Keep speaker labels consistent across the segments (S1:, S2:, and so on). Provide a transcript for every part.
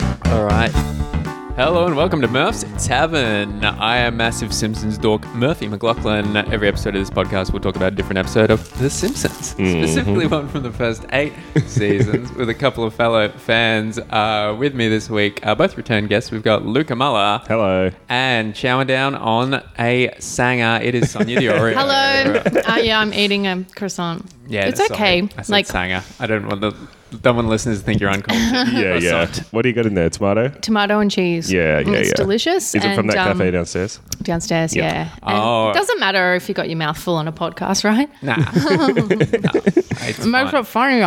S1: right. Hello and welcome to Murph's Tavern. I am massive Simpsons dork Murphy McLaughlin. Every episode of this podcast, we'll talk about a different episode of The Simpsons,
S2: Mm-hmm.
S1: specifically one from the first eight seasons, with a couple of fellow fans uh, with me this week. Uh, both return guests. We've got Luca Muller
S2: Hello.
S1: and chowing down on a sanger. It is Sonia Diorio.
S3: Hello. uh, yeah, I'm eating a croissant.
S1: Yeah,
S3: it's
S1: sorry.
S3: okay.
S1: I said
S3: Like
S1: sanger. I don't want the don't want listeners to think you're uncomfortable.
S2: Yeah, yeah. What do you got in there? Tomato?
S3: tomato and cheese.
S2: Yeah,
S3: Mm,
S2: yeah,
S3: It's
S2: yeah.
S3: delicious.
S2: Is it from
S3: and,
S2: that
S3: um,
S2: cafe downstairs?
S3: downstairs?
S2: Yeah.
S3: Yeah. And
S1: Oh.
S3: It doesn't matter if you got your mouth full on a podcast, right?
S1: Nah. nah. It's
S3: Most
S1: fine.
S3: of funny.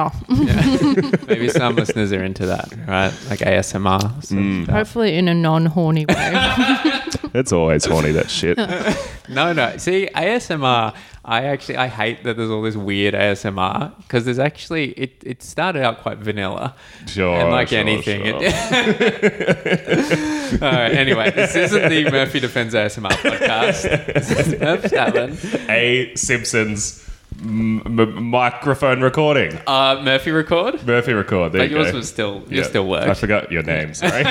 S1: Maybe some listeners are into that, right? Like ASMR. So
S2: Mm.
S3: Hopefully in a non-horny way.
S2: It's always horny, that shit.
S1: No, no. See, ASMR. I actually I hate that there's all this weird ASMR because there's actually it. It started out quite vanilla.
S2: Sure.
S1: and like
S2: Oh, sure,
S1: anything.
S2: sure.
S1: it- All right. Anyway, this isn't the Murphy Defends ASMR podcast. This is Murph Allen.
S2: A Simpsons m- m- microphone recording.
S1: Uh, Murphy record.
S2: Murphy record. There
S1: But
S2: you
S1: yours
S2: go.
S1: was still yours
S2: Yeah.
S1: still
S2: I
S1: works.
S2: forgot your name, sorry.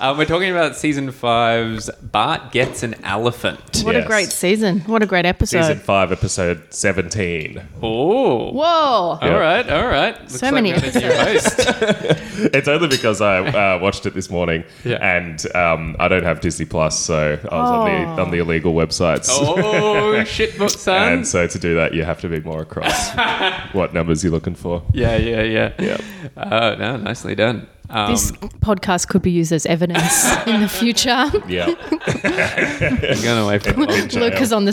S1: Um, we're talking about season five's Bart gets an elephant.
S3: What
S2: Yes.
S3: a great season. What a great episode.
S2: Season 5, episode 17.
S1: Oh.
S3: Whoa.
S2: Um,
S1: All right, all right. Looks
S3: So many
S1: we have a new host.
S2: It's only because I uh, watched it this morning
S1: Yeah.
S2: and um, I don't have Disney Plus, so I was on, the, on the illegal websites.
S1: oh shit, book son.
S2: And so to do that, you have to be more across what numbers you're looking for.
S1: Yeah, yeah, yeah. Yeah. Oh no, nicely done. Um,
S3: This podcast could be used as evidence in the future.
S2: Yeah.
S1: I'm going away from it.
S3: Luke is on the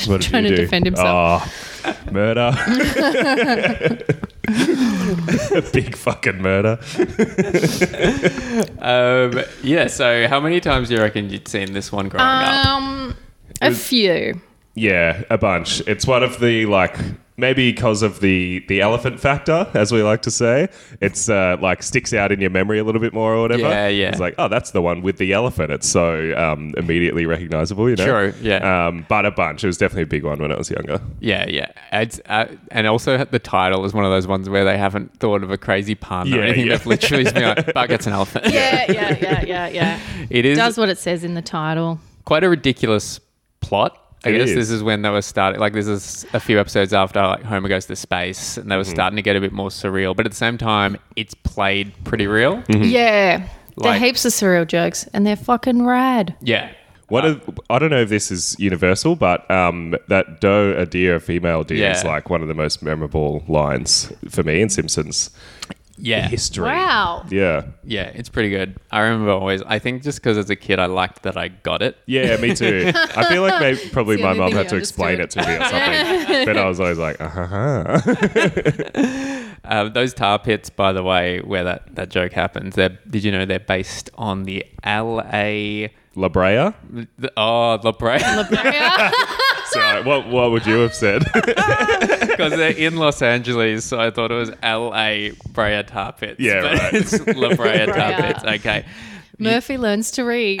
S2: What did
S3: trying
S2: you
S3: to
S2: do?
S3: defend himself.
S2: Oh, murder. Big fucking murder.
S1: Um, yeah. So, how many times do you reckon you'd seen this one
S2: Oh,
S1: growing up?
S3: um, a few.
S2: Yeah, a bunch. It's one of the like maybe because of the the elephant factor, as we like to say. It's uh, like sticks out in your memory a little bit more or whatever.
S1: Yeah, yeah.
S2: It's like, oh, that's the one with the elephant. It's so um, immediately recognizable, you know.
S1: True, yeah.
S2: Um, but a bunch. It was definitely a big one when I was younger.
S1: Yeah, yeah. It's, uh, and also the title is one of those ones where they haven't thought of a crazy pun or
S2: Yeah,
S1: anything.
S2: yeah.
S1: They've literally just been like, "Bart gets an elephant."
S3: Yeah, yeah, yeah, yeah, yeah.
S1: It is
S3: does what it says in the title.
S1: quite a ridiculous plot. I
S2: It
S1: guess
S2: is.
S1: this is when they were starting. Like, this is a few episodes after like Homer goes to space, and they
S2: Mm-hmm.
S1: were starting to get a bit more surreal. But at the same time, it's played pretty real.
S2: Mm-hmm.
S3: Yeah. There are
S1: Like-
S3: heaps of surreal jokes and they're fucking rad.
S1: Yeah, Uh,
S2: What I I don't know if this is universal, but um, that doe a deer a female deer is
S1: Yeah.
S2: like one of the most memorable lines for me in Simpsons
S1: yeah,
S2: history.
S3: Wow.
S2: Yeah,
S1: yeah. It's pretty good. I remember always. I think just because as a kid, I liked that I got it.
S2: yeah, me too. I feel like maybe probably
S3: the
S2: my
S3: only
S2: mum
S3: thing
S2: had
S3: you
S2: to explain it to
S3: understood.
S2: me or something, but I was always like, uh huh.
S1: Uh, those tar pits, by the way, where that that joke happens. They're, did you know they're based on the L.A.
S2: La Brea.
S1: The, oh, La Brea,
S2: So what what would you have said?
S1: because they're in Los Angeles, so I thought it was L.A. Brea tar pits.
S2: Yeah,
S1: but
S2: right.
S1: it's La Brea tar
S3: Brea.
S1: pits. Okay.
S3: Murphy learns to read.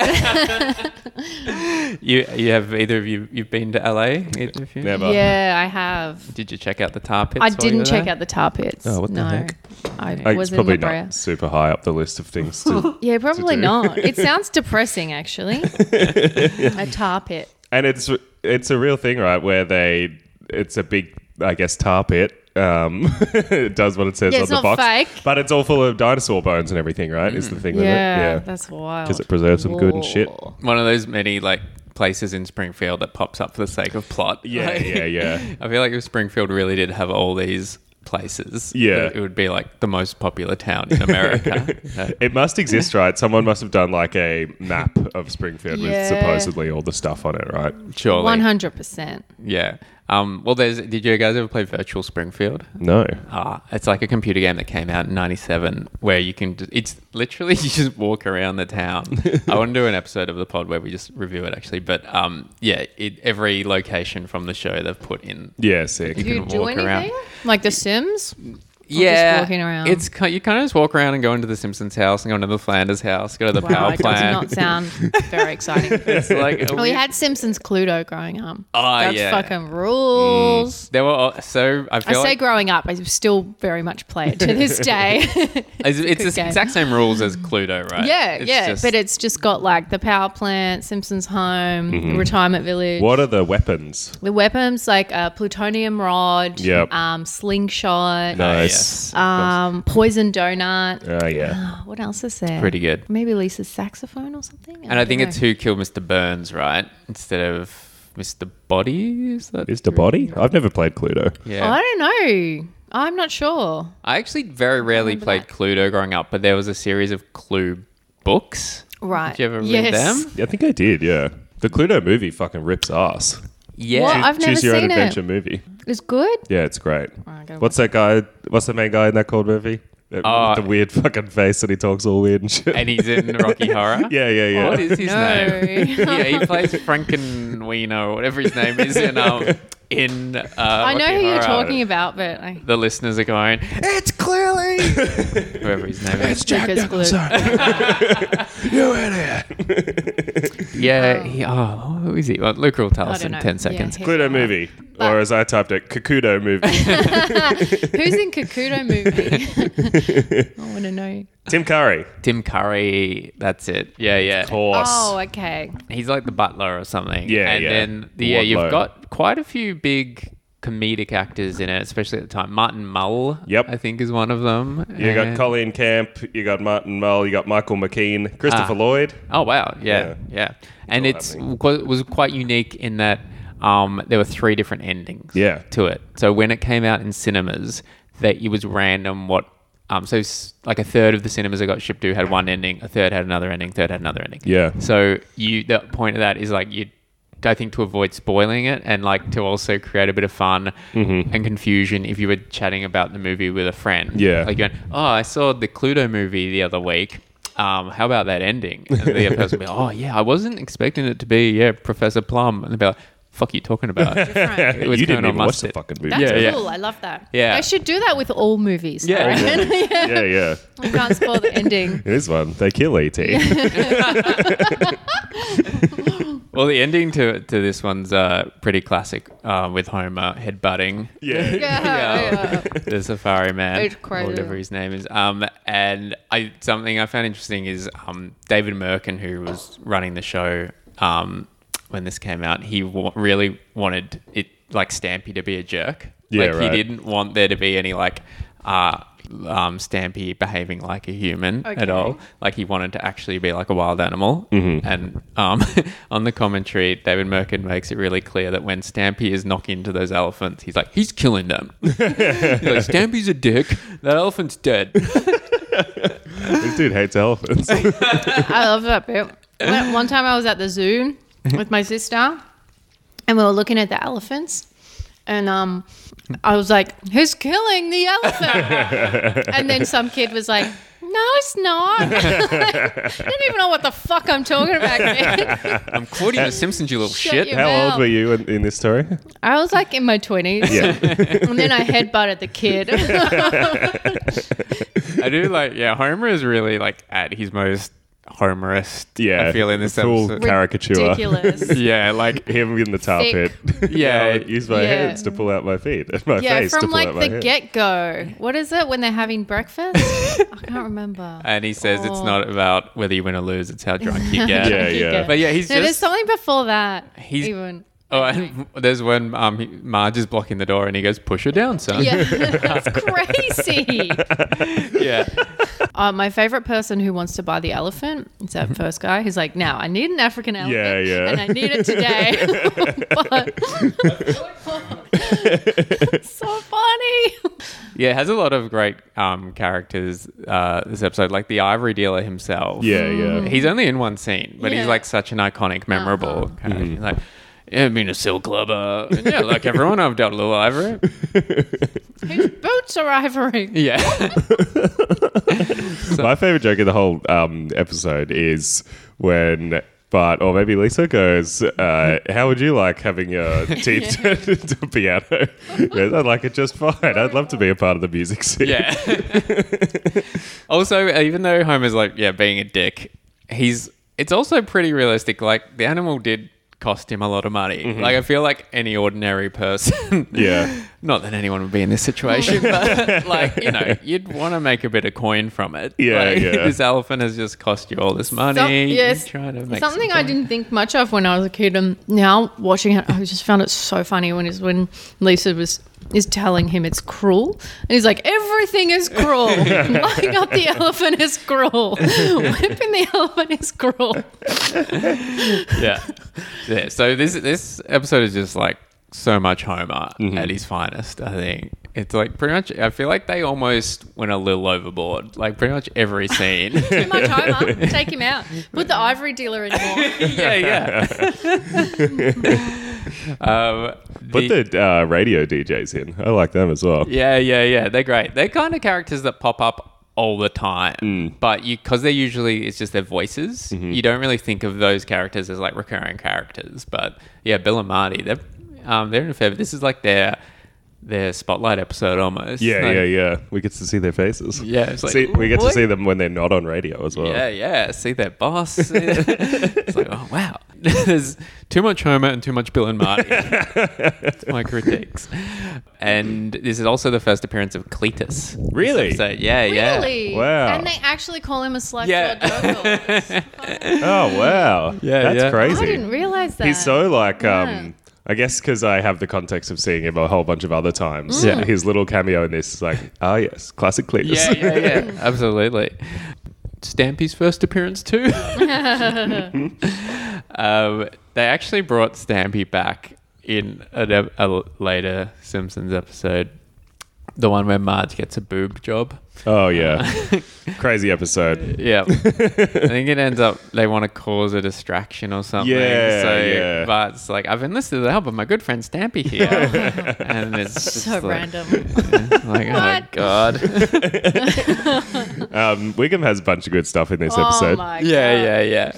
S1: You you have either of you you've been to LA? Either of you?
S2: Never.
S3: yeah, I have.
S1: Did you check out the tar pits?
S3: I
S1: while you were
S3: didn't check
S1: there?
S3: out the tar pits.
S2: Oh, what the
S3: no.
S2: heck?
S3: I,
S2: Like,
S3: was
S2: it's
S3: in La
S2: probably
S3: Brea.
S2: not super high up the list of things to
S3: Yeah, probably
S2: do.
S3: not. It sounds depressing, actually. a tar pit.
S2: And it's it's a real thing, right? Where they it's a big, I guess, tar pit. Um, it does what it says
S3: Yeah,
S2: on
S3: it's
S2: the
S3: not
S2: box,
S3: fake. Mm.
S2: but it's all full of dinosaur bones and everything, right? Is the thing
S3: Yeah,
S2: with it? Yeah,
S3: that's wild.
S2: 'Cause it preserves them good and shit.
S3: Whoa.
S1: one of those many like places in Springfield that pops up for the sake of plot.
S2: yeah,
S1: Like,
S2: yeah, yeah.
S1: I feel like if Springfield really did have all these places,
S2: Yeah.
S1: it, it would be like the most popular town in America. Uh,
S2: It must exist, right? Someone must have done like a map of Springfield with
S3: Yeah.
S2: supposedly all the stuff on it, right?
S1: surely,
S3: 100%.
S1: yeah. Um, well, there's. Did you guys ever play Virtual Springfield?
S2: No.
S1: Ah, it's like a computer game that came out in '97 where you can. ju- It's literally you just walk around the town. I want to do an episode of the pod where we just review it actually, but um, yeah, it, every location from the show they've put in.
S2: Yeah, sick.
S3: Do you
S1: can
S3: do
S1: walk
S3: anything?
S1: around.
S3: Like The Sims?
S1: yeah,
S3: walking around.
S1: It's ki- you kind of just walk around and go into the Simpsons house and go into the Flanders house, go to the
S3: Wow,
S1: power
S3: it does not
S1: plant.
S3: sound very exciting.
S1: It's like
S3: we had Simpsons Cluedo growing up.
S1: Ah,
S3: That's
S1: yeah.
S3: fucking rules.
S1: there were all- so I
S3: I
S1: feel
S3: say
S1: like
S3: growing up, I still very much play it to this day.
S1: it's, it's
S3: good
S1: the
S3: game.
S1: exact same rules as Cluedo, right?
S3: yeah,
S1: It's
S3: yeah.
S1: just-
S3: but it's just got like the power plant, Simpsons home,
S1: Mm-hmm.
S3: retirement village.
S2: What are the weapons?
S3: The weapons like a plutonium rod,
S2: Yep.
S3: um, slingshot,
S2: Nice.
S1: Ah, yes.
S3: um, poison donut.
S2: Oh yeah.
S3: Oh, what else is there?
S1: pretty good.
S3: Maybe Lisa's saxophone or something.
S1: And I
S3: don't
S1: think
S3: know.
S1: it's who killed Mr. Burns, right? Instead of Mr. Body. Is that?
S2: Is the body? I've never played Cluedo.
S1: Yeah.
S3: I don't know. I'm not sure.
S1: I actually very rarely played Cluedo growing up, but there was a series of Clue books.
S3: Right.
S1: Did you ever read
S3: Yes.
S1: them?
S2: I think I did. Yeah. The Cluedo movie fucking rips ass.
S1: Yeah.
S3: What? I've
S2: Choose
S3: never
S2: your
S3: seen
S2: own
S3: it.
S2: adventure movie.
S3: It's good.
S2: Yeah, it's great.
S3: I gotta
S2: What's that guy? What's the main guy in that called movie? That-
S1: Oh.
S2: with the weird fucking face and he talks all weird and shit.
S1: And he's in Rocky Horror.
S2: yeah, yeah, yeah.
S1: What is his
S3: No.
S1: name? yeah, he plays Frankenweenie or whatever his name is in um in. Uh,
S3: I know who you're talking about, but I.
S1: The listeners are going. It's clearly whoever his name is.
S3: Jack Nicholson.
S2: you idiot.
S1: Yeah. He, oh, who is he? Well, Luke will tell
S3: I
S1: us
S3: don't
S1: in
S3: know.
S1: ten
S3: Yeah,
S1: seconds.
S3: he-
S2: Cluedo movie,
S3: But-
S2: or as I typed it, Kakudo movie.
S3: Who's in Kakuto movie? I want to know.
S2: Tim Curry.
S1: Tim Curry. That's it. Yeah, yeah.
S2: Horse.
S3: Oh, okay.
S1: He's like the butler or something.
S2: Yeah,
S1: and
S2: yeah.
S1: then the, yeah, you've
S2: Wardlow.
S1: got quite a few big comedic actors in it, especially at the time. Martin Mull,
S2: Yep.
S1: I think, is one of them.
S2: You got
S1: And-
S2: Colleen Camp, you got Martin Mull, you got Michael McKean, Christopher Lloyd.
S1: Oh wow, yeah, yeah, and
S2: all
S1: it's
S2: happening.
S1: qu- was quite unique in that um, there were three different endings.
S2: Yeah.
S1: to it. So when it came out in cinemas, that it was random what. Um, so s- like a third of the cinemas I got shipped to had one ending, a third had another ending, third had another ending.
S2: Yeah.
S1: So you the point of that is like you. I think to avoid spoiling it and like to also create a bit of fun
S2: Mm-hmm.
S1: and confusion if you were chatting about the movie with a friend.
S2: Yeah.
S1: Like going, oh, I saw the Cluedo movie the other week. Um, how about that ending? And the other person will be, oh, yeah, I wasn't expecting it to be, yeah, Professor Plum. And they'll be like, fuck you talking about?
S3: Right.
S1: It was
S2: you didn't
S1: Colonel
S2: even watch the
S1: Mustard.
S2: fucking movie.
S3: That's
S1: Yeah, yeah.
S3: cool. I love that.
S1: Yeah.
S3: They should do that with all movies.
S1: Yeah.
S3: I reckon. yeah.
S2: yeah, yeah.
S3: We can't spoil the ending.
S2: It is one. They kill E ET.
S1: Well, the ending to, to this one's uh, pretty classic uh, with Homer headbutting.
S2: yeah.
S3: Yeah.
S1: the Safari Man,
S3: It's crazy.
S1: or whatever his name is. Um, and I something I found interesting is um, David Merkin, who was running the show um, when this came out, he wa- really wanted it like Stampy to be a jerk.
S2: Yeah,
S1: like
S2: right.
S1: he didn't want there to be any like. Uh, um, Stampy behaving like a human at
S3: Okay.
S1: all. Like he wanted to actually be like a wild animal. And um, on the commentary, David Merkin makes it really clear that when Stampy is knocking into those elephants, he's like, he's killing them. You're like, Stampy's a dick. That elephant's dead.
S2: This dude hates elephants.
S3: I love that bit. One one time I was at the zoo with my sister and we were looking at the elephants. And um, I was like, who's killing the elephant? and then some kid was like, no, it's not. I don't even know what the fuck I'm talking about. kid.
S1: I'm quoting the Simpsons, you little
S3: Shut
S1: shit.
S3: your
S2: How
S3: Wow.
S2: old were you in, in this story?
S3: I was like in my 20s. and then I headbutted the kid.
S1: I do like, yeah, Homer is really like at his most Homerist.
S2: Yeah.
S1: I feel in this
S2: Full
S1: episode.
S2: caricature.
S3: Ridiculous.
S1: Yeah, like,
S2: Him in the tar
S3: Thick.
S2: pit.
S1: Yeah.
S2: I would use my
S3: Yeah.
S2: hands to pull out my feet and my
S3: Yeah,
S2: face to
S3: from
S2: pull
S3: like
S2: out my
S3: the
S2: hair.
S3: get go. What is it when they're having breakfast? I can't remember.
S1: and he says it's
S3: Oh.
S1: not about whether you win or lose, it's how drunk you get.
S2: Yeah, yeah.
S1: But yeah, he's
S3: no, there's
S1: just.
S3: something before that.
S1: He's-
S3: even.
S1: Oh, and there's when um, he- Marge is blocking the door and he goes, push her down, son.
S3: Yeah, that's crazy.
S1: yeah.
S3: Uh, my favorite person who wants to buy the elephant is that first guy who's like, "Now I need an African elephant,
S2: Yeah, yeah.
S3: and I need it today." But- so funny.
S1: Yeah, it has a lot of great um, characters uh, this episode, like the ivory dealer himself.
S2: Yeah, yeah.
S1: He's only in one scene, but
S3: Yeah. Uh-huh.
S1: he's like such an iconic, memorable character.
S2: Mm-hmm.
S1: He's like, yeah, I've been a silk lover. And yeah, like everyone, I've dealt a little ivory.
S3: His boots are ivory.
S1: Yeah.
S2: My favorite joke in the whole um, episode is when But or maybe Lisa goes, uh, "How would you like having your teeth turned into a piano?" He goes, I'd like it just fine. I'd love to be a part of the music scene.
S1: Yeah. also, uh, even though Homer's like, yeah, being a dick, he's it's also pretty realistic. Like the animal did cost him a lot of money. Like I feel like any ordinary person,
S2: Mm-hmm. Yeah.
S1: not that anyone would be in this situation, but like you know, you'd want to make a bit of coin from it.
S2: Yeah,
S1: Like,
S2: yeah.
S1: This elephant has just cost you all this money.
S3: Some-
S1: You're
S3: yes.
S1: trying to make some
S3: Something I
S1: coin.
S3: didn't think much of when I was a kid, and now watching it, I just found it so funny when is when Lisa was is telling him it's cruel, and he's like, "Everything is cruel. Buying up the elephant is cruel. Whipping the elephant is cruel."
S1: yeah. Yeah. So this this episode is just like so much Homer at his finest, I think. It's like pretty much I feel like they almost went a little overboard. Like pretty much every scene.
S3: Too much Homer. Take him out. Put the ivory dealer in more.
S1: yeah, yeah. um,
S2: Put the uh, radio DJs in. I like them as well.
S1: Yeah, yeah, yeah. They're great. They're kind of characters that pop up all the time,
S2: Mm.
S1: but you because they're usually it's just their voices.
S2: Mm-hmm.
S1: You don't really think of those characters as like recurring characters. But yeah, Bill and Marty, they're um, they're in a fair. This is like their their spotlight episode almost.
S2: Yeah,
S1: Like,
S2: yeah, yeah. We get to see their faces.
S1: Yeah, it's like,
S2: see, we get to
S1: what?
S2: see them when they're not on radio as well.
S1: Yeah, yeah. See their boss. it's like, oh wow, there's too much Homer and too much Bill and Marty. That's my critiques. And this is also the first appearance of Cletus.
S2: Really?
S1: So yeah, yeah.
S3: Really?
S2: Wow.
S3: And they actually call him a slut.
S1: Yeah.
S2: Oh wow.
S1: Yeah,
S2: that's
S1: yeah.
S3: I
S2: crazy.
S3: didn't realize that.
S2: He's so like,
S3: Yeah.
S2: um, I guess because I have the context of seeing him a whole bunch of other times.
S3: Mm.
S1: Yeah.
S2: His little cameo in this is like, ah, yes, classic Cletus.
S1: yeah, yeah, yeah. Absolutely. Stampy's first appearance too. um, they actually brought Stampy back in a, a- a later Simpsons episode, the one where Marge gets a boob job.
S2: oh yeah, crazy episode.
S1: Yeah, I think it ends up they want to cause a distraction or something.
S2: Yeah,
S1: so
S2: yeah.
S1: Bart's like, I've enlisted the help of my good friend Stampy here, and it's just
S3: so
S1: like,
S3: random.
S1: Like, oh
S3: What?
S1: god.
S2: Um, Wiggum has a bunch of good stuff in this
S3: Oh
S2: episode.
S3: my
S1: yeah,
S3: God.
S1: yeah, yeah.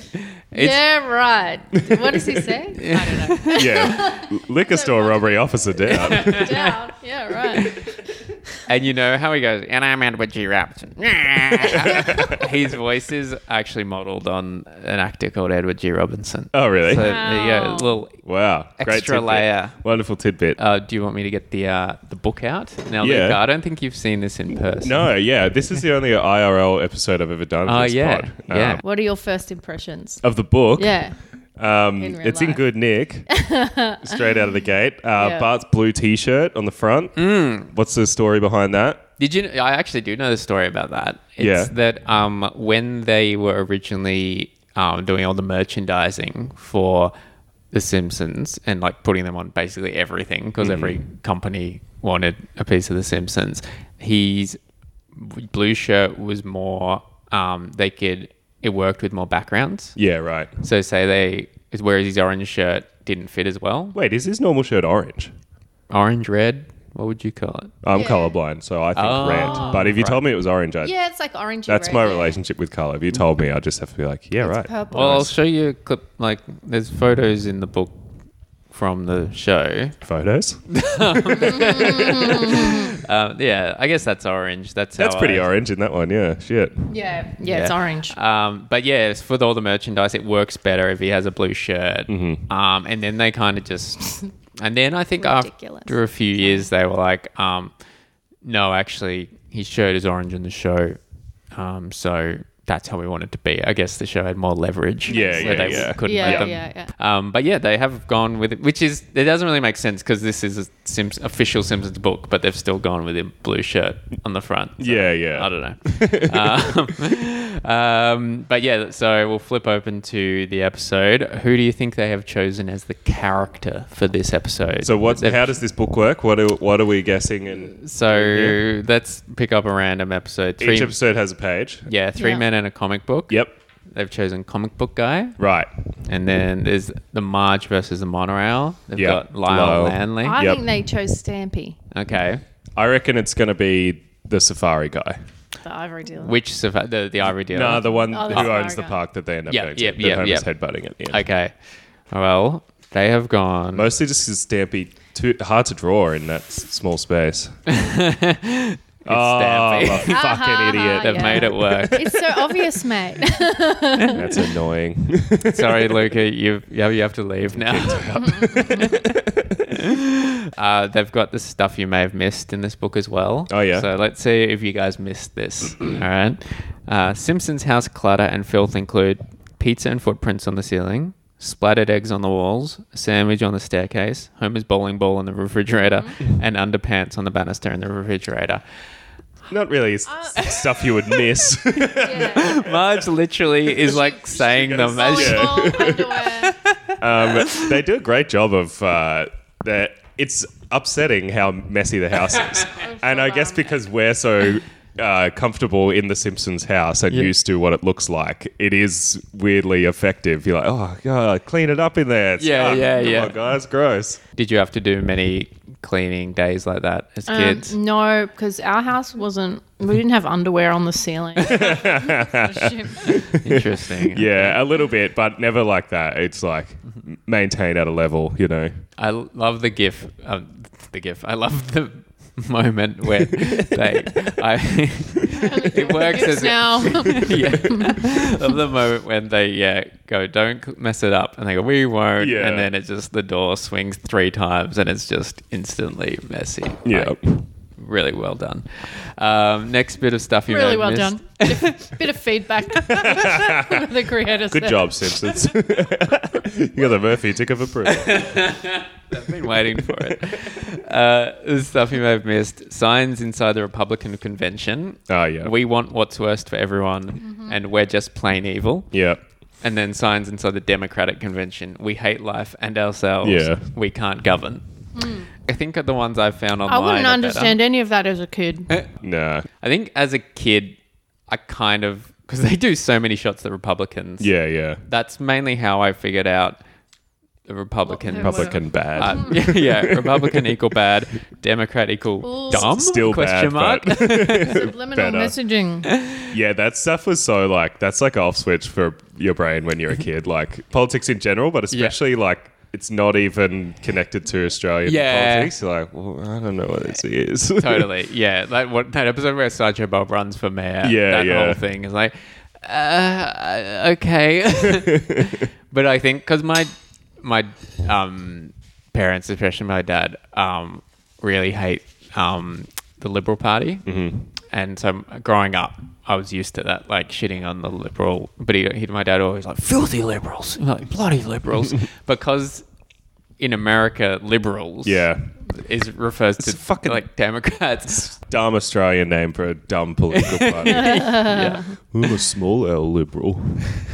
S1: It's,
S3: yeah, right. What does he say? I don't know.
S2: Yeah, liquor store robbery officer down.
S3: Down. Yeah, right.
S1: And you know how he goes, and I'm Edward G. Robinson. His voice is actually modeled on an actor called Edward G. Robinson.
S2: Oh really?
S1: So there you go,
S3: Wow.
S1: little.
S2: wow,
S1: Extra
S2: tidbit.
S1: layer.
S2: Wonderful tidbit.
S1: Uh, do you want me to get the uh, the book out now,
S2: Yeah.
S1: Luca? I don't think you've seen this in person.
S2: no, yeah, this is the only IRL episode I've ever done. of
S1: Oh
S2: this
S1: yeah,
S2: pod. Um,
S1: yeah.
S3: What are your first impressions?
S2: of the book.
S3: Yeah.
S2: Um,
S3: In real
S2: it's in
S3: life.
S2: good nick, straight out of the gate. Uh,
S3: Yeah.
S2: Bart's blue T-shirt on the front.
S1: Mm.
S2: What's the story behind that?
S1: Did you? I actually do know the story about that. It's
S2: Yeah.
S1: that um, when they were originally um, doing all the merchandising for The Simpsons and like putting them on basically everything because every company wanted a piece of The Simpsons, his blue shirt was more. Um, they could. It worked with more backgrounds.
S2: Yeah, right.
S1: So say they is whereas his orange shirt didn't fit as well.
S2: Wait, is his normal shirt orange?
S1: Orange, red. What would you call it?
S2: I'm
S3: Yeah.
S2: colorblind, so I think
S1: Oh,
S2: red. But if you
S1: right.
S2: told me it was orange, I'd,
S3: Yeah, it's like orange.
S2: that's my relationship with color. If you told me, I'd just have to be like, yeah, right.
S3: Purple.
S1: Well, I'll show you a clip. Like, there's photos in the book from the show.
S2: Photos.
S1: Um, yeah, I guess that's orange. That's
S2: That's
S1: how
S2: pretty
S1: I-
S2: orange in that one. Yeah, shit.
S3: yeah, yeah, it's
S1: Yeah.
S3: orange.
S1: Um, but yeah, it's for all the merchandise, it works better if he has a blue shirt.
S2: Mm-hmm.
S1: Um, and then they kind of just, and then I think
S3: Ridiculous.
S1: after a few years, they were like, um, no, actually, his shirt is orange in the show. Um, so that's how we want it to be. I guess the show had more leverage.
S2: Yeah,
S1: so
S2: yeah,
S1: they
S2: yeah.
S1: couldn't
S3: Yeah,
S1: let them-
S3: yeah, yeah.
S1: Um, but yeah, they have gone with it, which is it doesn't really make sense because this is a Simps- official Simpsons book, but they've still gone with a blue shirt on the front. So
S2: Yeah, yeah.
S1: I don't know. um, um, but yeah, so we'll flip open to the episode. Who do you think they have chosen as the character for this episode?
S2: So what?
S1: They've-
S2: How does this book work? What are What are we guessing? And
S1: so let's pick up a random episode. Three,
S2: each episode has a page.
S1: yeah, three
S3: Yeah.
S1: men and a comic book.
S2: Yep.
S1: They've chosen comic book guy.
S2: Right.
S1: And then there's the Marge versus the monorail. They've
S2: Yeah.
S1: got Lyle
S2: Lyle.
S1: Landley.
S3: I
S2: Yep.
S3: think they chose Stampy.
S1: Okay.
S2: I reckon it's going to be the Safari guy.
S3: The ivory dealer.
S1: Which surf- the the ivory dealer?
S2: No, the one
S3: Oh,
S2: who
S3: that's
S2: owns the
S3: Farragut.
S2: park that they end up
S1: Yeah,
S2: going
S1: yeah,
S2: to. The
S1: yeah,
S2: homeless
S1: yeah.
S2: headbutting it. Yeah.
S1: Okay. Well, they have gone.
S2: Mostly just because Stampy too hard to draw in that s- small space.
S1: It's Stampy.
S2: Oh, fucking
S3: Aha,
S2: idiot.
S1: They've
S3: yeah.
S1: made it work.
S3: It's so obvious, mate.
S2: That's annoying.
S1: Sorry, Luca, you you have, you have to leave now. uh, they've got the stuff you may have missed in this book as well.
S2: Oh, yeah?
S1: So let's see if you guys missed this. All right. Uh, Simpson's house clutter and filth include pizza and footprints on the ceiling, splattered eggs on the walls, a sandwich on the staircase, Homer's bowling ball on the refrigerator, and underpants on the banister in the refrigerator.
S2: Not really s- stuff you would miss.
S3: Yeah.
S1: Marge literally is like saying them as she-
S2: Yeah.
S3: Volleyball, underwear.
S2: um, they do a great job of uh, that. It's upsetting how messy the house is, and I guess because we're so. Uh, comfortable in the Simpsons house and used to what it looks like. It is weirdly effective. You're like, oh god, clean it up in there. It's
S1: Yeah,
S2: done.
S1: yeah,
S2: Come
S1: yeah.
S2: on, guys, gross.
S1: Did you have to do many cleaning days like that as kids?
S3: Um, no, because our house wasn't. We didn't have underwear on the ceiling.
S1: Interesting.
S2: Yeah, a little bit, but never like that. It's like m- maintain at a level, you know.
S1: I l- love the GIF. Um, the GIF. I love the moment where they. I, it works as
S3: now.
S1: yeah. Of the moment when they yeah go don't c- mess it up and they go we won't
S2: Yeah.
S1: and then it's just the door swings three times and it's just instantly messy.
S2: Yeah.
S1: Like, really well done. Um, next bit of stuff you may
S3: really well
S1: have
S3: done.
S1: missed.
S3: Bit of, bit of feedback. the creators.
S2: Good
S3: there.
S2: job, Simpsons. you got the Murphy tick of approval.
S1: I've been waiting for it. Uh, this stuff you may have missed. Signs inside the Republican convention.
S2: Oh, yeah.
S1: We want what's worst for everyone,
S3: Mm-hmm.
S1: and we're just plain evil.
S2: yeah.
S1: And then signs inside the Democratic convention. We hate life and ourselves.
S2: Yeah.
S1: We can't govern. I think the ones I've found online.
S3: Hmm. I wouldn't
S1: are better.
S3: understand any of that as a kid.
S2: Nah.
S1: I think as a kid, I kind of because they do so many shots at the Republicans.
S2: Yeah, yeah.
S1: That's mainly how I figured out the Republican.
S3: Well,
S2: Republican bad.
S1: Uh, yeah, yeah, Republican equal bad, Democrat equal
S3: Ooh.
S1: dumb?
S2: Still
S1: question mark.
S2: bad,
S3: Subliminal
S2: Better.
S3: messaging.
S2: yeah, that stuff was so like that's like off switch for your brain when you're a kid. Like politics in general, but especially like it's not even connected to Australian
S1: Yeah.
S2: politics. You're like, well, I don't know what this is.
S1: totally. Yeah, that what that episode where Sideshow Bob runs for mayor.
S2: Yeah,
S1: that
S2: yeah.
S1: whole thing is like, uh, okay. but I think because my my um, parents, especially my dad, um, really hate um, the Liberal Party, mm-hmm. and so growing up. I was used to that, like shitting on the liberal. But he, he my dad always like filthy liberals, like bloody liberals, because in America, liberals,
S2: yeah.
S1: is refers to
S2: It's fucking-
S1: like Democrats.
S2: Dumb Australian name for a dumb political party.
S1: yeah.
S2: I'm a small L liberal.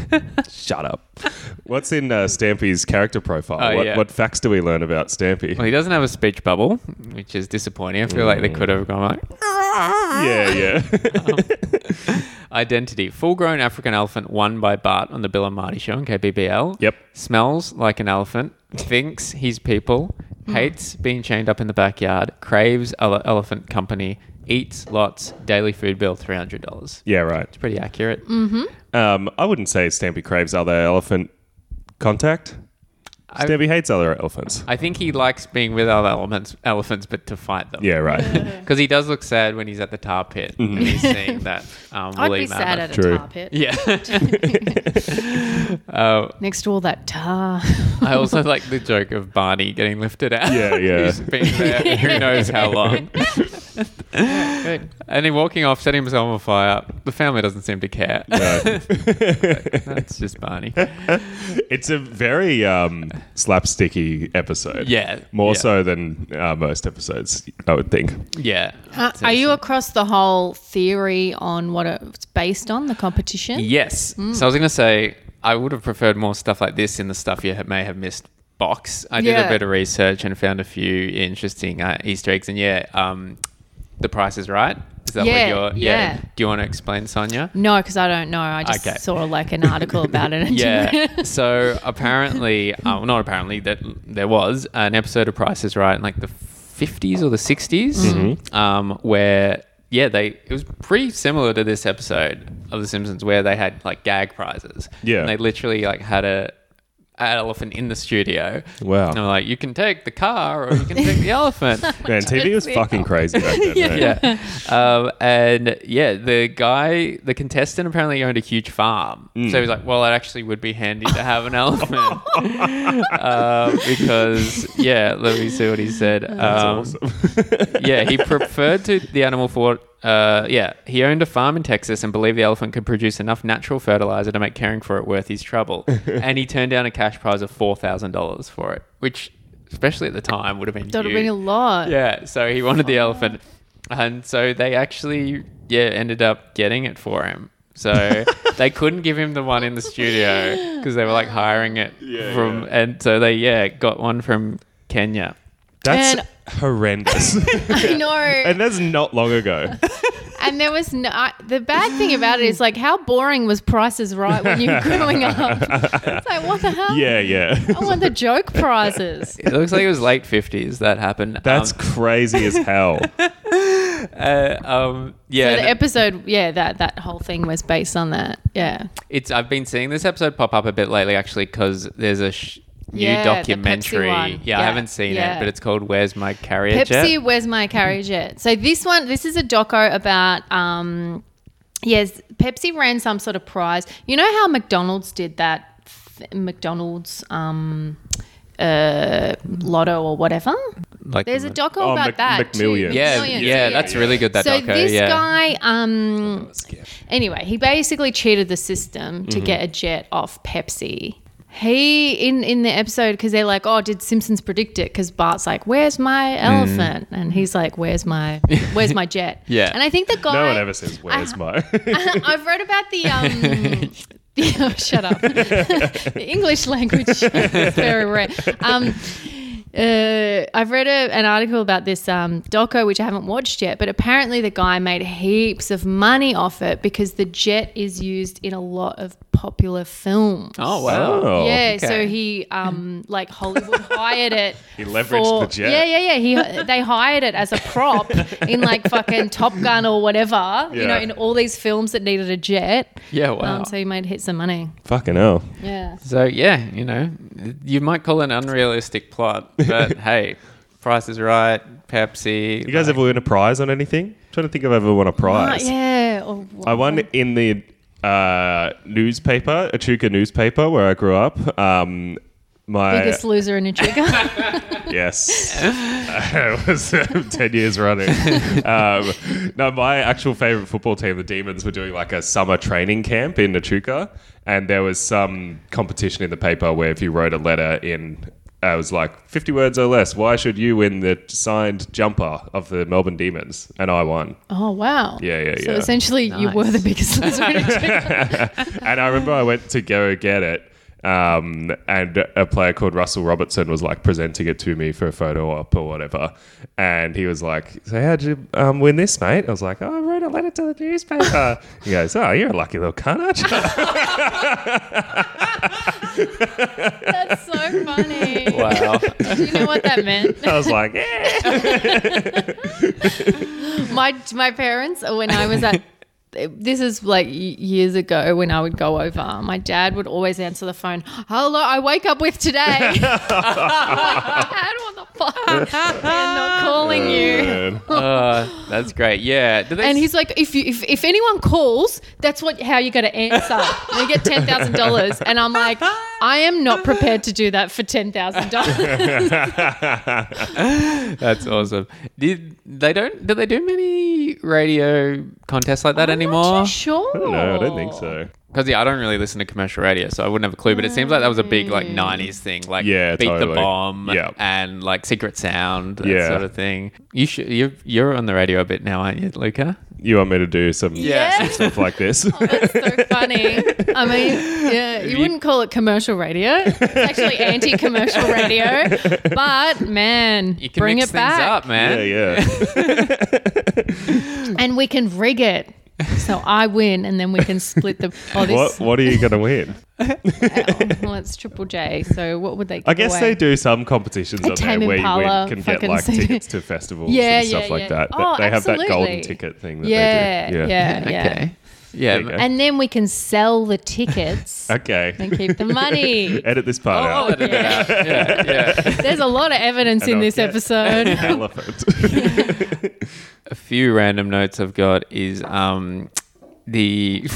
S2: Shut up. What's in uh, Stampy's character profile?
S1: Oh,
S2: what,
S1: yeah.
S2: what facts do we learn about Stampy?
S1: Well, he doesn't have a speech bubble, which is disappointing. I feel like they could have gone like Ah.
S2: yeah, yeah.
S1: identity. Full-grown African elephant won by Bart on the Bill and Marty show on KBBL.
S2: Yep.
S1: Smells like an elephant. Thinks he's people. Hates being chained up in the backyard. Craves ele- elephant company. Eats lots. Daily food bill three hundred dollars.
S2: yeah, right.
S1: Pretty accurate.
S2: Um, I wouldn't say Stampy craves other elephant contact.
S1: I-
S2: Stampy hates other elephants.
S1: I think he likes being with other elements, elephants, but to fight them.
S2: yeah, right.
S1: Because he does look sad when he's at the tar pit
S2: Mm-hmm.
S1: and he's seeing that um,
S3: I'd
S1: woolly
S3: be sad
S1: mammoth.
S3: at
S2: True.
S3: a tar pit.
S1: Yeah.
S3: Next to all that tar.
S1: Uh, I also like the joke of Barney getting lifted out.
S2: Yeah, yeah.
S1: He's been there who knows how long.
S3: Good.
S1: And in walking off, setting himself on fire, the family doesn't seem to care.
S2: No.
S1: That's just Barney.
S2: it's a very um, slapsticky episode.
S1: Yeah.
S2: More
S1: yeah,
S2: so than uh, most episodes, I would think.
S1: Yeah.
S3: Uh, are you across the whole theory on what it's based on, the competition?
S1: Yes.
S3: Mm.
S1: So I was going to say, I would have preferred more stuff like this in the stuff you ha- may have missed box. I did a
S3: Yeah.
S1: bit of research and found a few interesting uh, Easter eggs. And yeah, um, the price is right. Is that
S3: Yeah,
S1: what you're.
S3: yeah.
S1: Do you want to explain, Sonia?
S3: No, because I don't know. I just
S1: Okay.
S3: saw like an article about it. and-
S1: Yeah. so apparently, uh, well, not apparently, that there was an episode of Price is Right in like the 50s or the 60s um, where yeah, they it was pretty similar to this episode of The Simpsons where they had like gag prizes.
S2: Yeah.
S1: and they literally like had a an elephant in the studio.
S2: Wow.
S1: and they're like, you can take the car or you can take the elephant.
S2: Man, TV was
S3: Yeah.
S2: fucking crazy back then.
S3: Yeah.
S2: mate.
S1: yeah. Um, and yeah, the guy, the contestant apparently owned a huge farm. So he's like, well, it actually would be handy to have an elephant. uh, because, yeah, let me see what he said. Um, yeah, he preferred to the animal for. Uh, yeah, he owned a farm in Texas and believed the elephant could produce enough natural fertilizer to make caring for it worth his trouble. and he turned down a cash prize of four thousand dollars for it, which, especially at the time, would have been
S3: That would
S1: huge.
S3: have been a lot.
S1: Yeah, so he wanted the elephant. And so they actually, yeah, ended up getting it for him. So they couldn't give him the one in the studio because they were like hiring it
S2: Yeah,
S1: from,
S2: yeah.
S1: and so they, yeah, got one from Kenya.
S2: That's
S3: And-
S2: horrendous.
S3: I know.
S2: and that's not long ago.
S3: And there was no, I- the bad thing about it is like how boring was Prices Right when you were growing up. It's like what the hell?
S2: Yeah, yeah.
S3: I want the joke prizes.
S1: It looks like it was late 50s that happened.
S2: That's
S1: um,
S2: crazy as hell.
S1: uh, um, yeah.
S3: So the
S1: and
S3: episode, yeah, that that whole thing was based on that. Yeah.
S1: it's I've been seeing this episode pop up a bit lately actually because there's a sh- new
S3: Yeah, the Pepsi
S1: documentary.
S3: one.
S1: Yeah, I
S3: Yeah,
S1: haven't seen it,
S3: yeah.
S1: but it's called "Where's My Carrier Jet?"
S3: Pepsi, where's my
S1: Mm-hmm.
S3: carriage yet? So this one, this is a doco about. Um, yes, Pepsi ran some sort of prize. You know how McDonald's did that? Th- McDonald's um, uh, lotto or whatever.
S1: Like
S3: There's a doco
S2: Oh,
S3: about
S2: Mc-
S3: that. too.
S2: McMillions.
S1: yeah,
S3: Millions,
S1: yeah, that's really good. That
S3: so
S1: doco.
S3: this
S1: yeah.
S3: guy, um, anyway, he basically cheated the system
S2: Mm-hmm.
S3: to get a jet off Pepsi. He in in the episode because they're like, oh, did Simpsons predict it? Because Bart's like, where's my
S2: Mm.
S3: elephant? And he's like, where's my where's my jet?
S1: Yeah.
S3: and I think the guy.
S2: No one ever says, Where's my.
S3: I've read about the um. the- oh, shut up. the English language is very rare. Um, uh, I've read a, an article about this um, doco, which I haven't watched yet, but apparently the guy made heaps of money off it because the jet is used in a lot of popular films.
S1: Oh wow!
S3: yeah,
S1: okay.
S3: so he um like Hollywood hired it.
S2: He leveraged
S3: for-
S2: the jet.
S3: Yeah, yeah, yeah. He they hired it as a prop in like fucking Top Gun or whatever. You know,
S2: Yeah.
S3: in all these films that needed a jet.
S1: Yeah, wow.
S3: Um, so he made hit some money.
S2: Fucking hell.
S3: Yeah.
S1: So yeah, you know, you might call it an unrealistic plot, but hey, Price is Right, Pepsi.
S2: You guys ever win a prize on anything? I'm trying to think if I've ever won a prize.
S3: yeah. Oh,
S2: I won in the uh, newspaper, Echuca newspaper, where I grew up. Um, my
S3: biggest loser in a trigger.
S2: yes, it was um, ten years running. Um, no, my actual favorite football team, the Demons, were doing like a summer training camp in Echuca, and there was some competition in the paper where if you wrote a letter in. Uh, it was like 50 words or less. Why should you win the signed jumper of the Melbourne Demons? And I won.
S3: oh wow.
S2: Yeah, yeah,
S3: So
S2: yeah.
S3: essentially, you
S1: Nice.
S3: were the biggest loser in a trigger.
S2: and I remember I went to go get it. Um, and a player called Russell Robertson was like presenting it to me for a photo op or whatever. And he was like, So, how'd you um, win this, mate? I was like, Oh, I wrote a letter to the newspaper. he goes, Oh, you're a lucky little cunt, aren't you?"
S3: That's so funny.
S1: Wow.
S3: Do you know what that meant?
S2: I was like, Yeah.
S3: my my parents when I was at this is like y- years ago when I would go over. My dad would always answer the phone. Hello, I wake up with today. I'm like, dad, what the fuck? I'm not calling you.
S2: Man.
S1: Uh, that's great. Yeah. Do they
S3: And he's like, if you if, if anyone calls, that's what how you got to answer. You get ten thousand dollars, and I'm like, I am not prepared to do that for ten thousand dollars.
S1: That's awesome. Did they don't? Do they do many radio contests like that anymore?
S3: Sure.
S2: No, I don't think so.
S1: Because yeah, I don't really listen to commercial radio, so I wouldn't have a clue. But it seems like that was a big
S3: Mm.
S1: like '90s thing, like
S2: Yeah,
S1: beat the
S2: totally.
S1: bomb
S2: Yeah.
S1: and like secret sound, that
S2: Yeah.
S1: sort of thing. You should. You're, you're on the radio a bit now, aren't you, Luca?
S2: You want me to do some
S1: Yeah.
S2: some stuff like this?
S3: That's so funny. I mean, yeah, you wouldn't call it commercial radio. It's actually anti-commercial radio. But man,
S1: You can
S3: bring
S1: mix
S3: it
S1: things
S3: back,
S1: up, man.
S2: yeah, yeah.
S3: and we can rig it. So I win, and then we can split the. Oh, this.
S2: What, what are you going to win?
S3: well, it's Triple J, so what would they? Give
S2: I guess
S3: away?
S2: they do some competitions
S3: A
S2: on there
S3: Tame
S2: where
S3: Impala
S2: you win- can get
S3: fucking
S2: like
S3: CD.
S2: tickets to festivals
S3: Yeah,
S2: and stuff
S3: yeah,
S2: like
S3: yeah.
S2: that. That-
S3: Oh,
S2: they have that golden
S3: absolutely.
S2: ticket thing that
S3: Yeah,
S2: they do.
S3: yeah, yeah,
S1: Okay.
S2: There you
S1: Yeah.
S2: go.
S3: And then we can sell the tickets
S2: Okay.
S3: and keep the money.
S2: Edit this part
S1: Oh,
S2: out.
S1: I'll edit that out. yeah, yeah.
S3: There's a lot of evidence
S2: I don't
S3: in this
S2: get-
S3: episode.
S2: Elephant.
S1: A few random notes I've got is um, the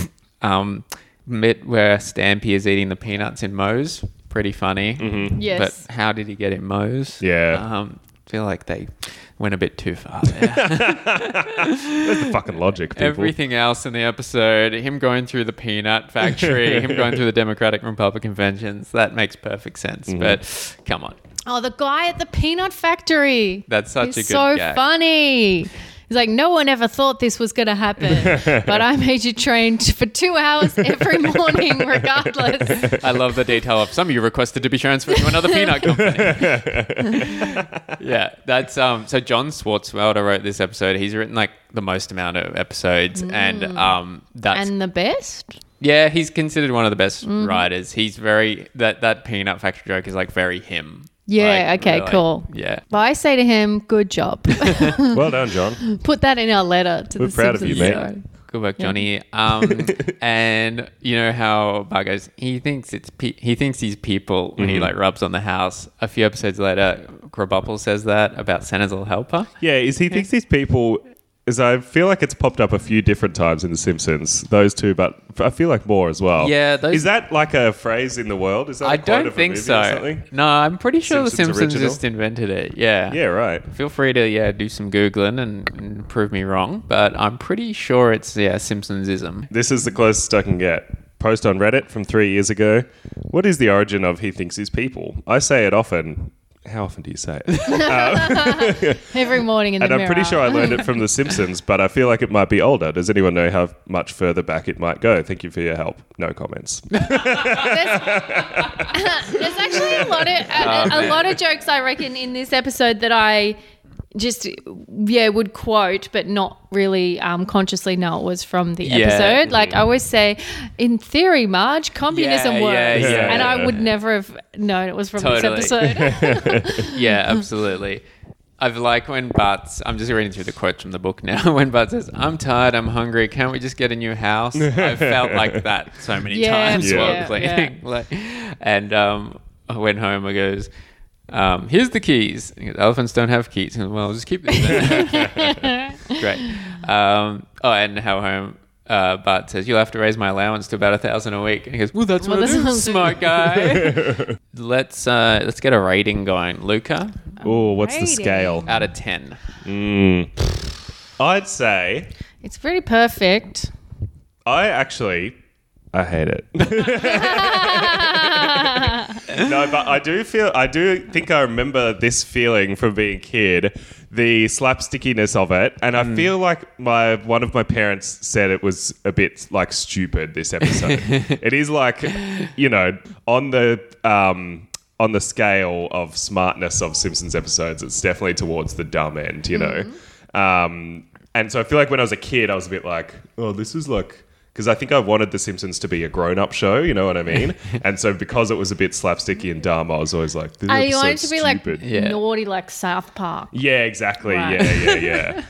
S1: um, bit where Stampy is eating the peanuts in Moe's. Pretty funny.
S3: Mm-hmm. yes.
S1: But how did he get it Moe's?
S2: Yeah.
S1: Um, feel like they went a bit too far there.
S2: Where's the fucking logic, people?
S1: Everything else in the episode, him going through the peanut factory, him going through the Democratic Republic conventions, that makes perfect sense.
S2: Mm-hmm.
S1: But come on.
S3: oh, the guy at the peanut factory.
S1: That's such
S3: He's
S1: a good
S3: so
S1: gag.
S3: funny. He's like, no one ever thought this was going to happen, but I made you train t- for two hours every morning, regardless.
S1: I love the detail of some of you requested to be transferred to another peanut company. yeah, that's um. So John Swartzwelder wrote this episode. He's written like the most amount of episodes, and um, that's
S3: Mm. And Mm-hmm. the best?
S1: yeah, he's considered one of the best writers. He's very that that peanut factory joke is like very him.
S3: Yeah,
S1: Like,
S3: okay,
S1: really,
S3: cool.
S1: Yeah,
S3: But I say to him, good job.
S2: Well done, John.
S3: Put that in our letter to
S2: We're
S3: the
S2: proud of you,
S3: Simpsons
S2: mate.
S3: show.
S1: Good work, Johnny. Um, and you know how Bargo's he thinks it's pe- he thinks he's people when
S2: Mm-hmm.
S1: he like rubs on the house. A few episodes later, Krabuppel says that about Santa's little helper.
S2: Yeah, is he thinks these people. Is I feel like it's popped up a few different times in The Simpsons. Those two, but I feel like more as well.
S1: Yeah, those-
S2: is that like a phrase in the world? Is that I
S1: I
S2: a quote
S1: don't
S2: of a
S1: think
S2: movie
S1: so.
S2: Or something?
S1: No, I'm pretty sure The
S2: Simpsons
S1: Simpsons
S2: original?
S1: just invented it. Yeah.
S2: Yeah, right.
S1: Feel free to yeah do some googling and, and prove me wrong, but I'm pretty sure it's yeah Simpsonsism.
S2: This is the closest I can get. Post on Reddit from three years ago. What is the origin of he thinks he's people? I say it often. How often do you say it?
S3: Every morning in the
S2: and I'm
S3: mirror.
S2: pretty sure I learned it from The Simpsons, but I feel like it might be older. Does anyone know how much further back it might go? Thank you for your help. No comments.
S3: There's actually a lot of uh,
S1: Oh,
S3: a, a
S1: man.
S3: lot of jokes I reckon in this episode that I just yeah would quote, but not really um, consciously know it was from the
S1: Yeah.
S3: episode. Like I always say, in theory, Marge, communism
S1: Yeah, yeah,
S3: works,
S2: yeah.
S3: and I would never have known it was from
S1: Totally.
S3: this episode.
S1: yeah, absolutely. I've like when Bart's. I'm just reading through the quotes from the book now. When Bart says, "I'm tired, I'm hungry. Can't we just get a new house?" I felt like that so many
S3: Yeah,
S1: times
S2: Yeah.
S1: while
S2: yeah,
S1: cleaning. Like, and um, I went home. I goes, um, "Here's the keys." And he goes, Elephants don't have keys. And well, I'll just keep these. then." Great. Um, oh, and how home. Uh, Bart says you'll have to raise my allowance to about a thousand a week, and he goes, "Well, that's
S3: Well,
S1: what
S3: that
S1: it is,
S3: sounds-
S1: smart guy." let's uh, let's get a rating going, Luca.
S2: Oh, what's the
S3: Rating.
S2: scale? Hmm.
S1: out of 10.
S2: I'd say
S3: it's pretty perfect.
S2: I actually I hate it. no, but I do feel I do think I remember this feeling from being a kid, the slapstickiness of it, and I feel like my one of my parents said it was a bit like stupid this episode. it is like, you know, on the um on the scale of smartness of Simpsons episodes, it's definitely towards the dumb end, you know.
S3: Mm-hmm.
S2: Um, and so I feel like when I was a kid, I was a bit like, oh, this is like. Because I think I wanted The Simpsons to be a grown up show, you know what I mean? and so because it was a bit slapsticky and dumb, I was always like, this
S3: I
S2: is
S3: wanted to be like
S2: stupid.
S1: Yeah.
S3: naughty, like South Park.
S2: Yeah, exactly.
S3: Right.
S2: Yeah, yeah, yeah.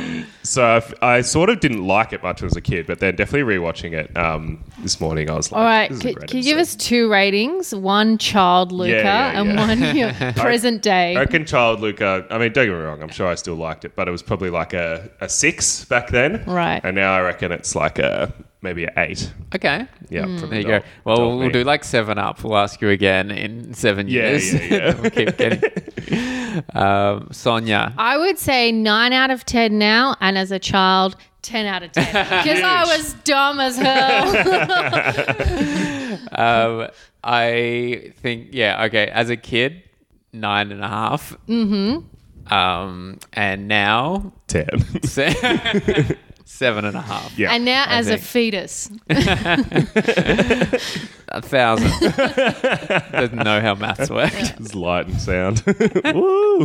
S2: um, so I, f- I sort of didn't like it much as a kid, but then definitely rewatching it um, this morning, I was like,
S3: All right,
S2: this is a
S3: c-
S2: great
S3: can you give
S2: episode.
S3: us two ratings? One child Luca
S2: yeah,
S3: and
S2: yeah.
S3: one your present day.
S2: I reckon Child Luca, I mean, don't get me wrong, I'm sure I still liked it, but it was probably like a, a six back then.
S3: Right.
S2: And now I reckon it's like a maybe an eight.
S1: Okay.
S2: Yeah.
S3: Hmm.
S2: from
S1: There you
S2: adult-
S1: go. Well,
S2: adult
S1: we'll
S2: Mm, me.
S1: do like 7 Up. We'll ask you again in seven
S2: Yeah,
S1: years.
S2: yeah, yeah.
S1: we'll keep getting. Um, Sonia.
S3: I would say nine out of 10 now, and as a child, 10 out of 10. Because I was dumb as hell.
S1: Um, I think, yeah, okay. As a kid, nine and a half. Mm hmm. Um, and now,
S2: Ten.
S1: se- seven and a half.
S2: yeah.
S3: and now,
S1: I
S3: as
S1: think.
S3: a fetus.
S1: A thousand. Doesn't know how maths works.
S2: it's light and sound. Woo!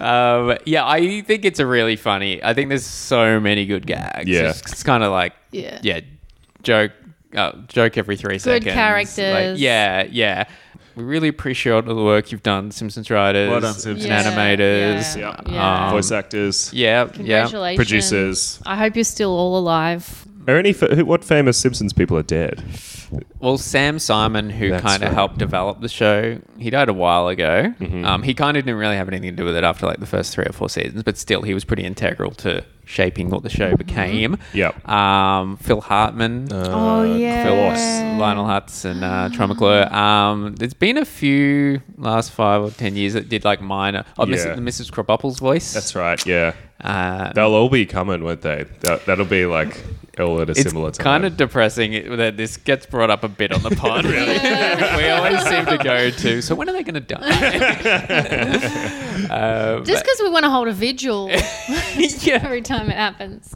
S1: Um, yeah, I think it's a really funny. I think there's so many good gags.
S2: Yeah.
S1: it's, it's kind of like
S3: Yeah.
S1: yeah, joke uh, joke every three seconds. Like,
S3: characters.
S1: yeah, yeah. We really appreciate all the work you've done, Simpsons writers,
S2: Well done, Simpsons.
S1: and animators.
S3: Yeah.
S2: Yeah.
S3: yeah.
S1: Um,
S2: Voice actors,
S1: Yeah, yeah.
S3: Congratulations.
S2: producers.
S3: I hope you're still all alive.
S2: Are any fa- who, what famous Simpsons people are dead?
S1: Well, Sam Simon, who
S2: That's
S1: kind of
S2: right. Mm-hmm.
S1: helped develop the show, he died a while ago. Um, he kind of didn't really have anything to do with it after like the first three or four seasons, but still, he was pretty integral to shaping what the show
S3: Mm-hmm.
S1: became.
S2: Yep.
S1: Um, Phil Hartman.
S2: Uh,
S3: oh yeah.
S1: Phil Lionel Hutz and uh, Troy McClure. Um, there's been a few last five or ten years that did like minor. Oh,
S2: Yeah.
S1: Mrs. Mrs. Krabappel's voice.
S2: That's right. Yeah,
S1: Uh,
S2: they'll all be coming, won't they? That, that'll be like all at a
S1: it's
S2: similar time.
S1: kind of depressing that this gets brought up a bit on the pod. really, we always seem to go to. So when are they going to die? uh,
S3: Just because we want to hold a vigil
S1: but- yeah.
S3: every time it happens.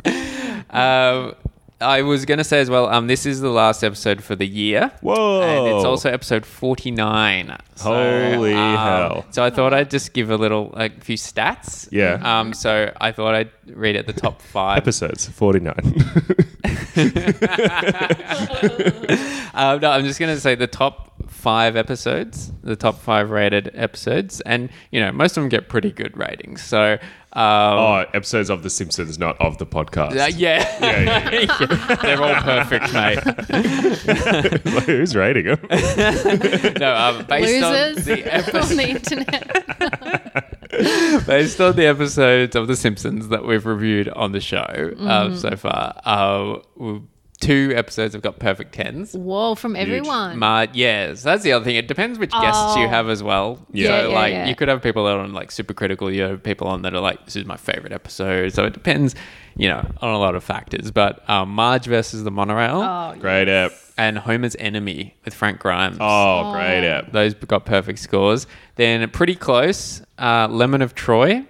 S1: Um, I was going to say as well. Um, this is the last episode for the year.
S2: Whoa.
S1: And it's also episode forty-nine. So,
S2: Oh. Holy
S1: um,
S2: hell.
S1: So I thought I'd just give a little, like, few stats.
S2: Yeah.
S1: Um. So I thought I'd read at the top five.
S2: episodes forty nine.
S1: Um, no, I'm just going to say the top five episodes, the top five rated episodes, and you know most of them get pretty good ratings. So. Um,
S2: oh, episodes of The Simpsons, not of the podcast.
S1: uh, yeah.
S2: Yeah,
S1: they're all perfect, mate.
S2: Who's rating them?
S1: No, um, based
S3: Losers
S1: on the
S3: on
S1: episode,
S3: the internet.
S1: based on the episodes of The Simpsons that we've reviewed on the show
S3: Mm-hmm.
S1: um, so far, uh, we- two episodes have got perfect tens.
S3: Whoa, from everyone.
S1: Ma- yeah, so that's the other thing. It depends which guests you
S3: Oh.
S1: have as well.
S2: Yeah.
S1: so
S3: Yeah, yeah,
S1: like
S3: yeah.
S1: you could have people that are on like super critical. You have people on that are like, this is my favorite episode. So it depends, you know, on a lot of factors. But um, Marge versus the monorail
S3: oh,
S2: Great app.
S1: and Homer's enemy with Frank Grimes.
S2: Oh, great app.
S1: Those got perfect scores. Then pretty close, uh, Lemon of Troy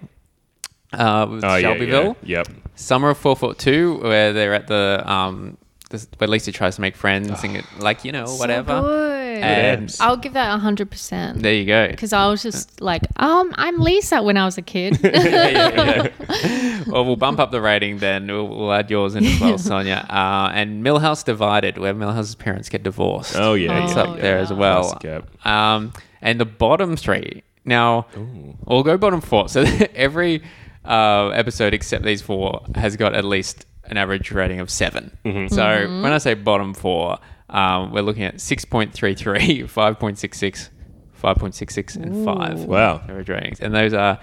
S1: uh, with
S2: Oh, yeah,
S1: Shelbyville.
S2: Yeah, Yep.
S1: Summer of 442, where they're at the, um, this, where Lisa tries to make friends
S2: Ah.
S1: and, it, like, you know, whatever.
S3: good.
S1: and
S2: Yes.
S3: I'll give that hundred percent.
S1: there you go.
S3: Because I was just like, um, I'm Lisa when I was a kid.
S1: Well, we'll bump up the rating then. We'll, we'll add yours in as well, Sonia. Uh, and Millhouse Divided, where Millhouse's parents get divorced.
S2: Oh, yeah.
S1: It's
S2: yeah,
S1: up
S2: yeah.
S1: there as well.
S2: Classic app.
S1: Um, and the bottom three. Now, we'll go bottom four. So every uh, episode except these four has got at least an average rating of 7 So when I say bottom four, um, we're looking at 6.33, 5.66, 5.66, and 5.
S2: Wow.
S1: Average ratings. And those are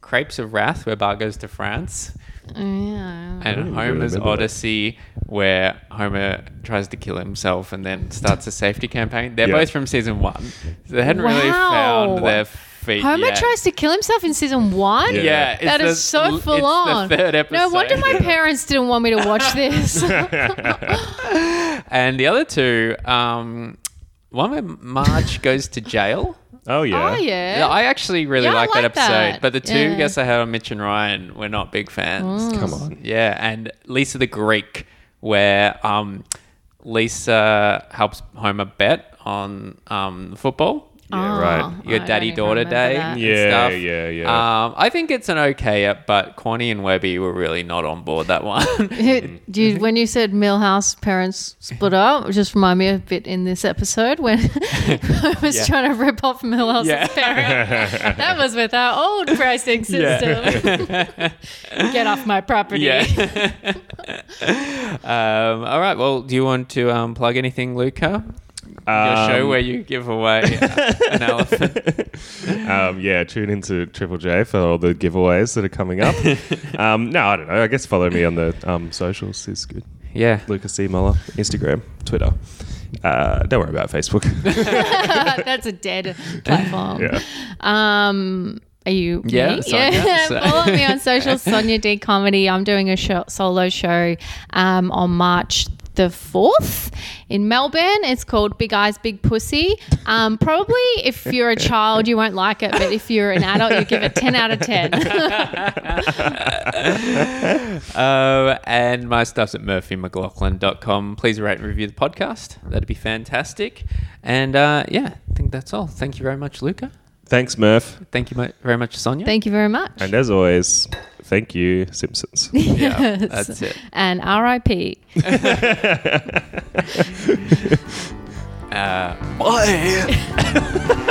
S1: Crepes of Wrath, where Bart goes to France,
S3: Oh, yeah.
S1: and
S2: really
S1: Homer's
S2: Oh, remember that.
S1: Odyssey, where Homer tries to kill himself and then starts a safety campaign. They're
S2: Yeah.
S1: both from season one. So they hadn't really
S3: Wow.
S1: found their feet.
S3: Homer
S1: yet.
S3: tries to kill himself in season one.
S1: Yeah,
S2: Yeah.
S1: it's
S3: That
S1: the-
S3: is so
S1: it's
S3: full
S1: the
S3: on.
S1: third
S3: No wonder
S1: episode.
S3: my parents didn't want me to watch this.
S1: And the other two, um, one where Marge goes to jail.
S2: Oh, yeah.
S3: Oh yeah.
S1: Yeah, I actually really
S3: Yeah, I
S1: like that
S3: like
S1: episode.
S3: that.
S1: But the two
S3: Yeah. Mm.
S1: guests I had on Mitch and Ryan were not big fans.
S2: Come on.
S1: Yeah, and Lisa the Greek, where um, Lisa helps Homer bet on um, football.
S2: Yeah,
S3: Oh,
S2: right.
S1: Your
S3: I don't
S1: daddy
S3: even
S1: daughter
S3: remember
S1: day.
S3: that.
S1: and
S2: Yeah,
S1: stuff.
S2: yeah, yeah.
S1: Um, I think it's an okay app, but Corny and Webby were really not on board that one.
S3: Who- do you, when you said Millhouse parents split up, it just remind me a bit in this episode when I was
S1: Yeah.
S3: trying to rip off Millhouse's
S1: Yeah.
S3: parents. that was with our old pricing system. Get off my property.
S1: yeah. um, all right. Well, do you want to um, plug anything, Luca? Your
S2: Um,
S1: show where you give away uh, an elephant.
S2: um, yeah, tune into Triple J for all the giveaways that are coming up. um, no, I don't know. I guess follow me on the um, socials is good.
S1: Yeah.
S2: Lucas C. Muller, Instagram, Twitter. Uh, don't worry about Facebook.
S3: That's a dead platform.
S2: yeah.
S3: Um, are you?
S1: Yeah,
S3: me?
S1: Sonia.
S3: Yeah.
S1: So-
S3: Follow me on social, Sonia D Comedy. I'm doing a show, solo show um, on March the 4th in Melbourne. It's called Big Eyes, Big Pussy. Um, probably if you're a child, you won't like it, but if you're an adult, you give it 10 out of 10.
S1: Uh, and my stuff's at murphymclaughlin.com. Please rate and review the podcast. That'd be fantastic. And uh, yeah, I think that's all. Thank you very much, Luca.
S2: Thanks, Murph.
S1: Thank you mo- very much, Sonia.
S3: Thank you very much.
S2: And as always, thank you, Simpsons.
S1: Yeah,
S3: Yes.
S1: that's it.
S3: And RIP.
S1: Uh, bye.